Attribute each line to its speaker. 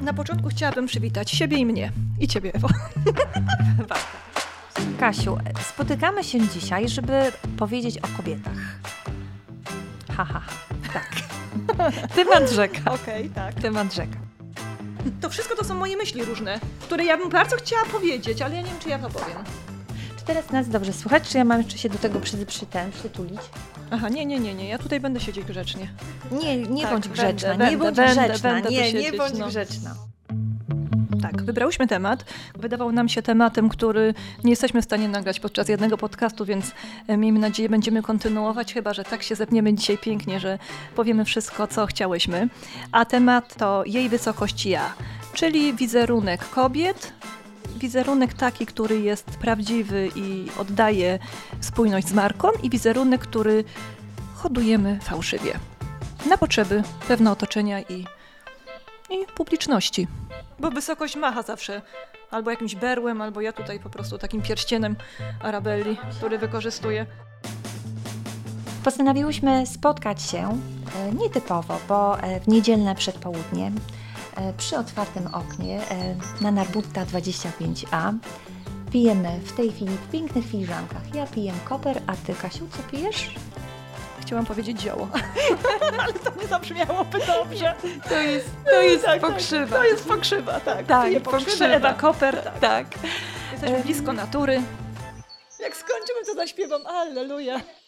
Speaker 1: Na początku chciałabym przywitać siebie i mnie. I ciebie, Ewo. Tak.
Speaker 2: Kasiu, spotykamy się dzisiaj, żeby powiedzieć o kobietach. Ha, ha, ha. Tak. Temat rzeka.
Speaker 1: Okej, tak.
Speaker 2: Temat rzeka.
Speaker 1: To wszystko to są moje myśli różne, które ja bym bardzo chciała powiedzieć, ale ja nie wiem, czy ja to powiem.
Speaker 2: Czy teraz nas dobrze słychać, czy ja mam jeszcze się do tego przy, przy ten, przytulić?
Speaker 1: Aha, nie, nie, nie, nie. Ja tutaj będę siedzieć grzecznie.
Speaker 2: Nie, nie
Speaker 1: Tak,
Speaker 2: bądź
Speaker 1: będę,
Speaker 2: grzeczna, nie
Speaker 1: będę,
Speaker 2: bądź
Speaker 1: będę,
Speaker 2: grzeczna,
Speaker 1: będę tu
Speaker 2: nie, nie
Speaker 1: siedzieć,
Speaker 2: bądź
Speaker 1: no.
Speaker 2: grzeczna.
Speaker 1: Tak, wybrałyśmy temat. Wydawał nam się tematem, który nie jesteśmy w stanie nagrać podczas jednego podcastu, więc e, miejmy nadzieję, będziemy kontynuować, chyba że tak się zepniemy dzisiaj pięknie, że powiemy wszystko, co chciałyśmy. A temat to jej wysokość ja, czyli wizerunek kobiet, wizerunek taki, który jest prawdziwy i oddaje spójność z marką i wizerunek, który hodujemy fałszywie na potrzeby pewne otoczenia i i publiczności. Bo wysokość macha zawsze albo jakimś berłem, albo ja tutaj po prostu takim pierścienem Arabelli, który wykorzystuję.
Speaker 2: Postanowiłyśmy spotkać się e, nietypowo, bo e, w niedzielne przedpołudnie e, przy otwartym oknie e, na Narbutta 25A pijemy w tej chwili w pięknych filiżankach. Ja piję koper, a ty Kasiu, co pijesz?
Speaker 1: Chciałam powiedzieć dzieło. Ale to nie zabrzmiałoby dobrze.
Speaker 2: To jest,
Speaker 1: To jest tak,
Speaker 2: pokrzywa.
Speaker 1: Tak, to jest pokrzywa, tak.
Speaker 2: Tak,
Speaker 1: Piję
Speaker 2: pokrzywa.
Speaker 1: Ewa Koper, tak.
Speaker 2: tak.
Speaker 1: Jesteśmy blisko natury. Jak skończymy, to zaśpiewam Alleluja.